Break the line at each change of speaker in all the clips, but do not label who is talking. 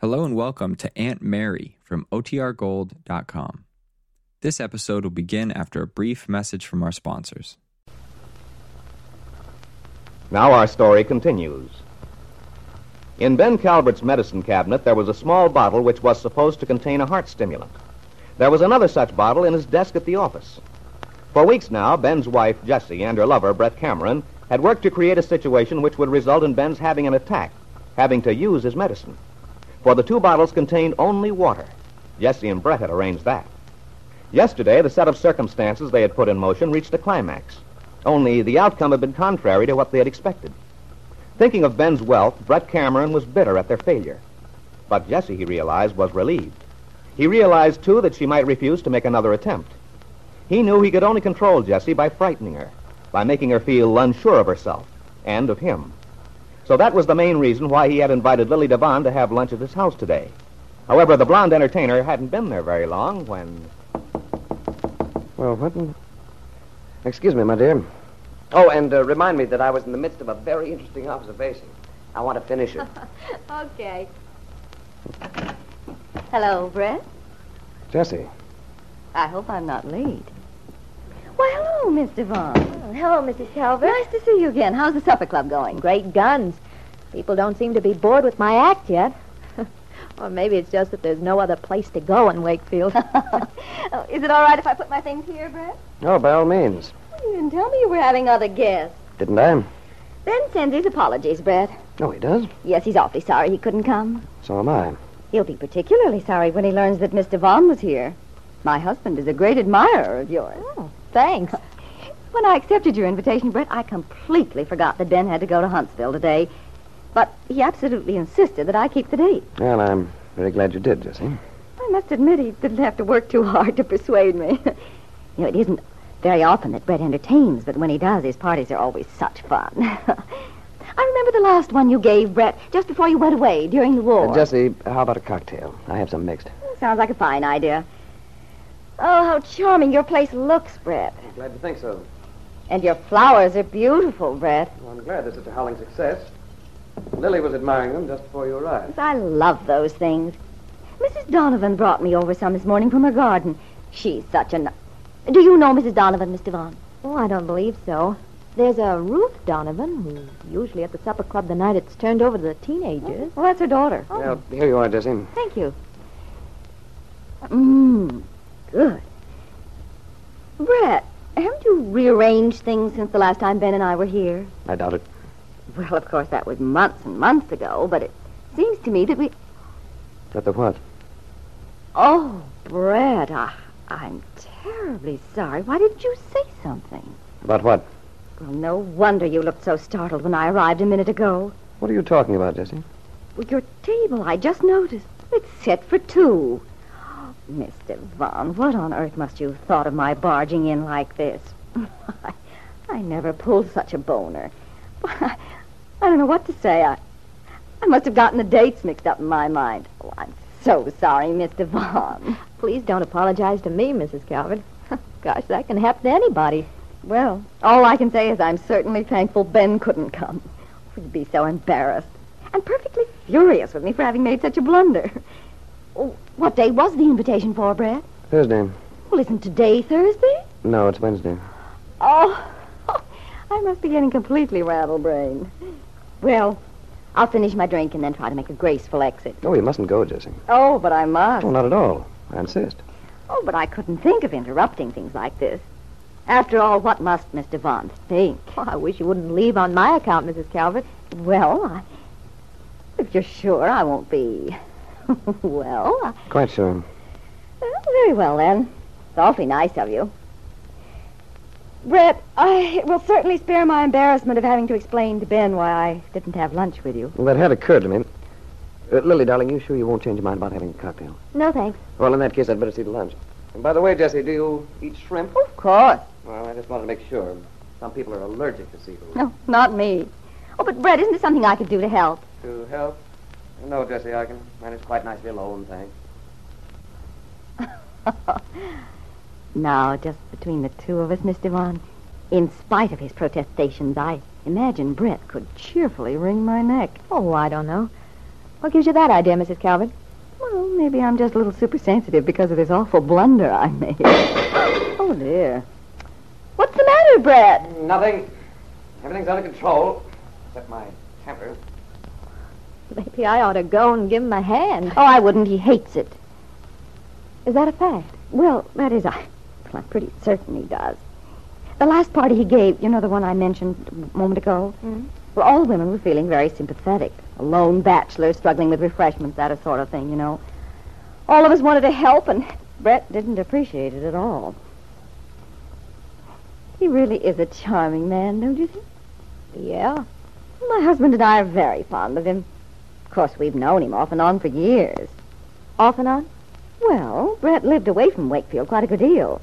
Hello and welcome to Aunt Mary from OTRGold.com. This episode will begin after a brief message from our sponsors.
Now our story continues. In Ben Calvert's medicine cabinet, there was a small bottle which was supposed to contain a heart stimulant. There was another such bottle in his desk at the office. For weeks now, Ben's wife, Jessie, and her lover, Brett Cameron, had worked to create a situation which would result in Ben's having an attack, having to use his medicine. For the two bottles contained only water. Jessie and Brett had arranged that. Yesterday, the set of circumstances they had put in motion reached a climax. Only the outcome had been contrary to what they had expected. Thinking of Ben's wealth, Brett Cameron was bitter at their failure. But Jessie, he realized, was relieved. He realized, too, that she might refuse to make another attempt. He knew he could only control Jessie by frightening her, by making her feel unsure of herself and of him. So that was the main reason why he had invited Lily Devon to have lunch at his house today. However, the blonde entertainer hadn't been there very long when.
Well, what? In... Excuse me, my dear. Oh, and uh, remind me that I was in the midst of a very interesting observation. I want to finish it.
Okay. Hello, Brett.
Jesse,
I hope I'm not late. Why, hello, Miss Devon.
Oh, Hello, Mrs. Calvert.
Nice to see you again. How's the supper club going?
Great guns. People don't seem to be bored with my act yet. or maybe it's just that there's no other place to go in Wakefield.
Oh, is it all right if I put my things here, Brett?
oh, by all means.
You didn't tell me you were having other guests.
Didn't I?
Ben sends his apologies, Brett.
No, he does.
Yes, he's awfully sorry he couldn't come.
So am I.
He'll be particularly sorry when he learns that Miss Devon was here. My husband is a great admirer of yours.
Thanks.
When I accepted your invitation, Brett, I completely forgot that Ben had to go to Huntsville today. But he absolutely insisted that I keep the date.
Well, I'm very glad you did, Jesse.
I must admit he didn't have to work too hard to persuade me. you know, it isn't very often that Brett entertains, but when he does, his parties are always such fun. I remember the last one you gave, Brett, just before you went away during the war.
Uh, Jesse, how about a cocktail? I have some mixed.
Sounds like a fine idea. Oh, how charming your place looks, Brett.
Glad to think so.
And your flowers are beautiful, Brett.
Well, I'm glad they're such a howling success. Lily was admiring them just before you arrived.
I love those things. Mrs. Donovan brought me over some this morning from her garden. She's such a... ni- Do you know Mrs. Donovan, Miss Devon?
Oh, I don't believe so. There's a Ruth Donovan who's usually at the supper club the night it's turned over to the teenagers.
Oh,
Oh,
Well, that's her daughter.
Well, here you are, Jesse.
Thank you. Mmm, good. Brett, haven't you rearranged things since the last time Ben and I were here?
I doubt it.
Well, of course, that was months and months ago, but it seems to me that we.
But the what?
Oh, Brett, I, I'm terribly sorry. Why didn't you say something?
About what?
Well, no wonder you looked so startled when I arrived a minute ago.
What are you talking about, Jesse?
Well, your table, I just noticed. It's set for two. Miss Devon, what on earth must you have thought of my barging in like this? I, I never pulled such a boner. I don't know what to say. I, I must have gotten the dates mixed up in my mind. Oh, I'm so sorry, Miss Devon.
Please don't apologize to me, Mrs. Calvert. Gosh, that can happen to anybody.
Well, all I can say is I'm certainly thankful Ben couldn't come. He'd be so embarrassed and perfectly furious with me for having made such a blunder. Oh, what day was the invitation for, Brett?
Thursday.
Well, isn't today Thursday?
No, it's Wednesday.
Oh, I must be getting completely rattle-brained. Well, I'll finish my drink and then try to make a graceful exit.
No, you mustn't go, Jesse.
Oh, but I must.
Oh, not at all. I insist.
Oh, but I couldn't think of interrupting things like this. After all, what must Miss Devon think?
Oh, I wish you wouldn't leave on my account, Mrs. Calvert.
Well, I... if you're sure I won't be. well, I-
Quite sure.
well, Oh, very well then. It's awfully nice of you. Brett, I it will certainly spare my embarrassment of having to explain to Ben why I didn't have lunch with you.
Well, that had occurred to me. Uh, Lily, darling, you sure you won't change your mind about having a cocktail?
No, thanks.
Well, in that case, I'd better see to lunch. And by the way, Jesse, do you eat shrimp?
Of course.
Well, I just wanted to make sure. Some people are allergic to seafood.
No, not me. Oh, but Brett, isn't there something I could do to help?
To help? No, Jesse, I can manage quite nicely alone, thanks.
No, just between the two of us, Miss Devon. In spite of his protestations, I imagine Brett could cheerfully wring my neck.
Oh, I don't know. What gives you that idea, Mrs. Calvert?
Well, maybe I'm just a little supersensitive because of this awful blunder I made. oh, dear. What's the matter, Brad?
Nothing. Everything's under control, except my temper.
Maybe I ought to go and give him a hand.
Oh, I wouldn't. He hates it.
Is that a fact?
Well, that is, I, well, I'm pretty certain he does. The last party he gave, you know, the one I mentioned a moment ago,
Mhm.
where all the women were feeling very sympathetic. A lone bachelor struggling with refreshments, that a sort of thing, you know. All of us wanted to help, and Brett didn't appreciate it at all. He really is a charming man, don't you think?
Yeah.
My husband and I are very fond of him. Of course, we've known him off and on for years.
Off and on?
Well, Brett lived away from Wakefield quite a good deal.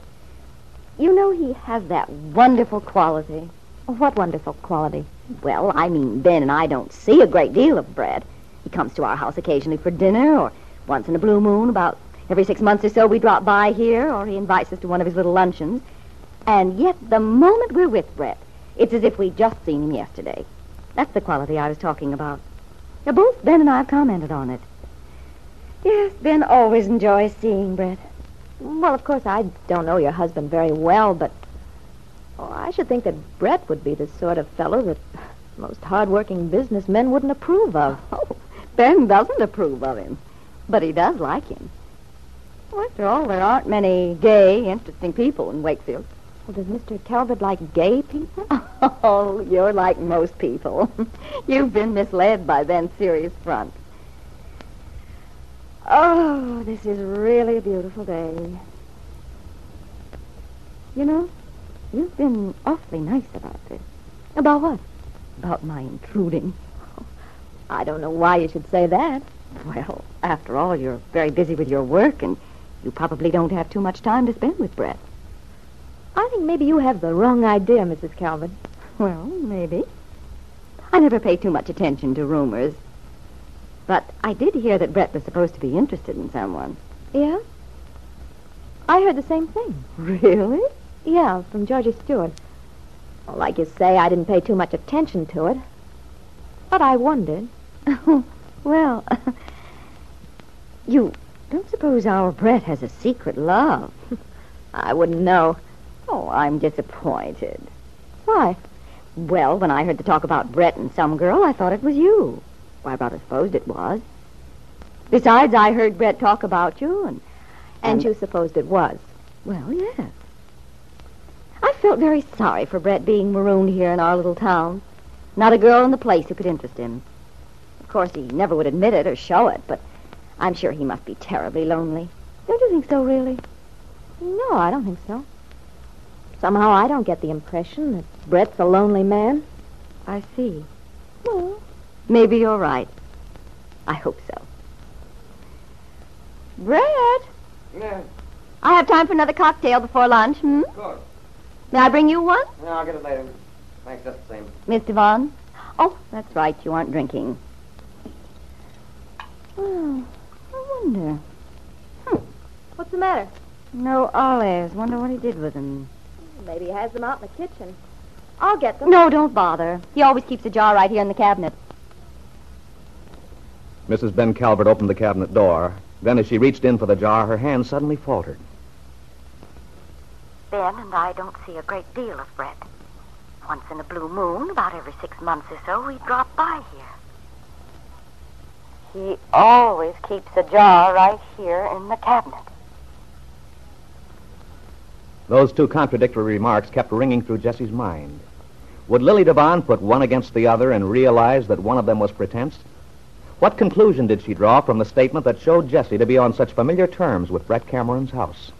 You know, he has that wonderful quality.
What wonderful quality.
Well, I mean, Ben and I don't see a great deal of Brett. He comes to our house occasionally for dinner, or once in a blue moon, about every six months or so we drop by here, or he invites us to one of his little luncheons. And yet, the moment we're with Brett, it's as if we'd just seen him yesterday. That's the quality I was talking about. Now, both Ben and I have commented on it. Yes, Ben always enjoys seeing Brett.
Well, of course, I don't know your husband very well, but oh, I should think that Brett would be the sort of fellow that most hard-working businessmen wouldn't approve of.
Oh, Ben doesn't approve of him, but he does like him. Well, after all, there aren't many gay, interesting people in Wakefield.
Well, does Mr. Calvert like gay people?
Oh, you're like most people. You've been misled by Ben's serious front. Oh, this is really a beautiful day. You know, you've been awfully nice about this.
About what?
About my intruding.
I don't know why you should say that.
Well, after all, you're very busy with your work, and you probably don't have too much time to spend with Brett.
I think maybe you have the wrong idea, Mrs. Calvert.
Well, maybe. I never pay too much attention to rumors. But I did hear that Brett was supposed to be interested in someone.
Yeah? I heard the same thing.
Really?
Yeah, from Georgie Stewart. Well, like you say, I didn't pay too much attention to it. But I wondered.
well, you don't suppose our Brett has a secret love?
I wouldn't know.
Oh, I'm disappointed.
Why?
Well, when I heard the talk about Brett and some girl, I thought it was you. Well, I rather supposed it was. Besides, I heard Brett talk about you, and
And
And-
you supposed it was.
Well, yes. I felt very sorry for Brett being marooned here in our little town. Not a girl in the place who could interest him. Of course, he never would admit it or show it, but I'm sure he must be terribly lonely. Don't you think so, really?
No, I don't think so. Somehow I don't get the impression that Brett's a lonely man.
I see.
Well,
Maybe you're right. I hope so. Brett,
Yeah,
I have time for another cocktail before lunch, hmm?
good.
May I bring you one,
Yeah, I'll get it later. Thanks just the same.
Miss Devon? Oh, that's right. You aren't drinking. Well, I wonder. Hmm,
what's the matter?
No olives. Wonder what he did with them.
Maybe he has them out in the kitchen. I'll get them.
No, don't bother. He always keeps a jar right here in the cabinet.
Mrs. Ben Calvert opened the cabinet door. Then, as she reached in for the jar, her hand suddenly faltered.
Ben and I don't see a great deal of Brett. Once in a blue moon, about every six months or so, we drop by here. He always keeps a jar right here in the cabinet.
Those two contradictory remarks kept ringing through Jesse's mind. Would Lily Devon put one against the other and realize that one of them was pretense? What conclusion did she draw from the statement that showed Jesse to be on such familiar terms with Brett Cameron's house?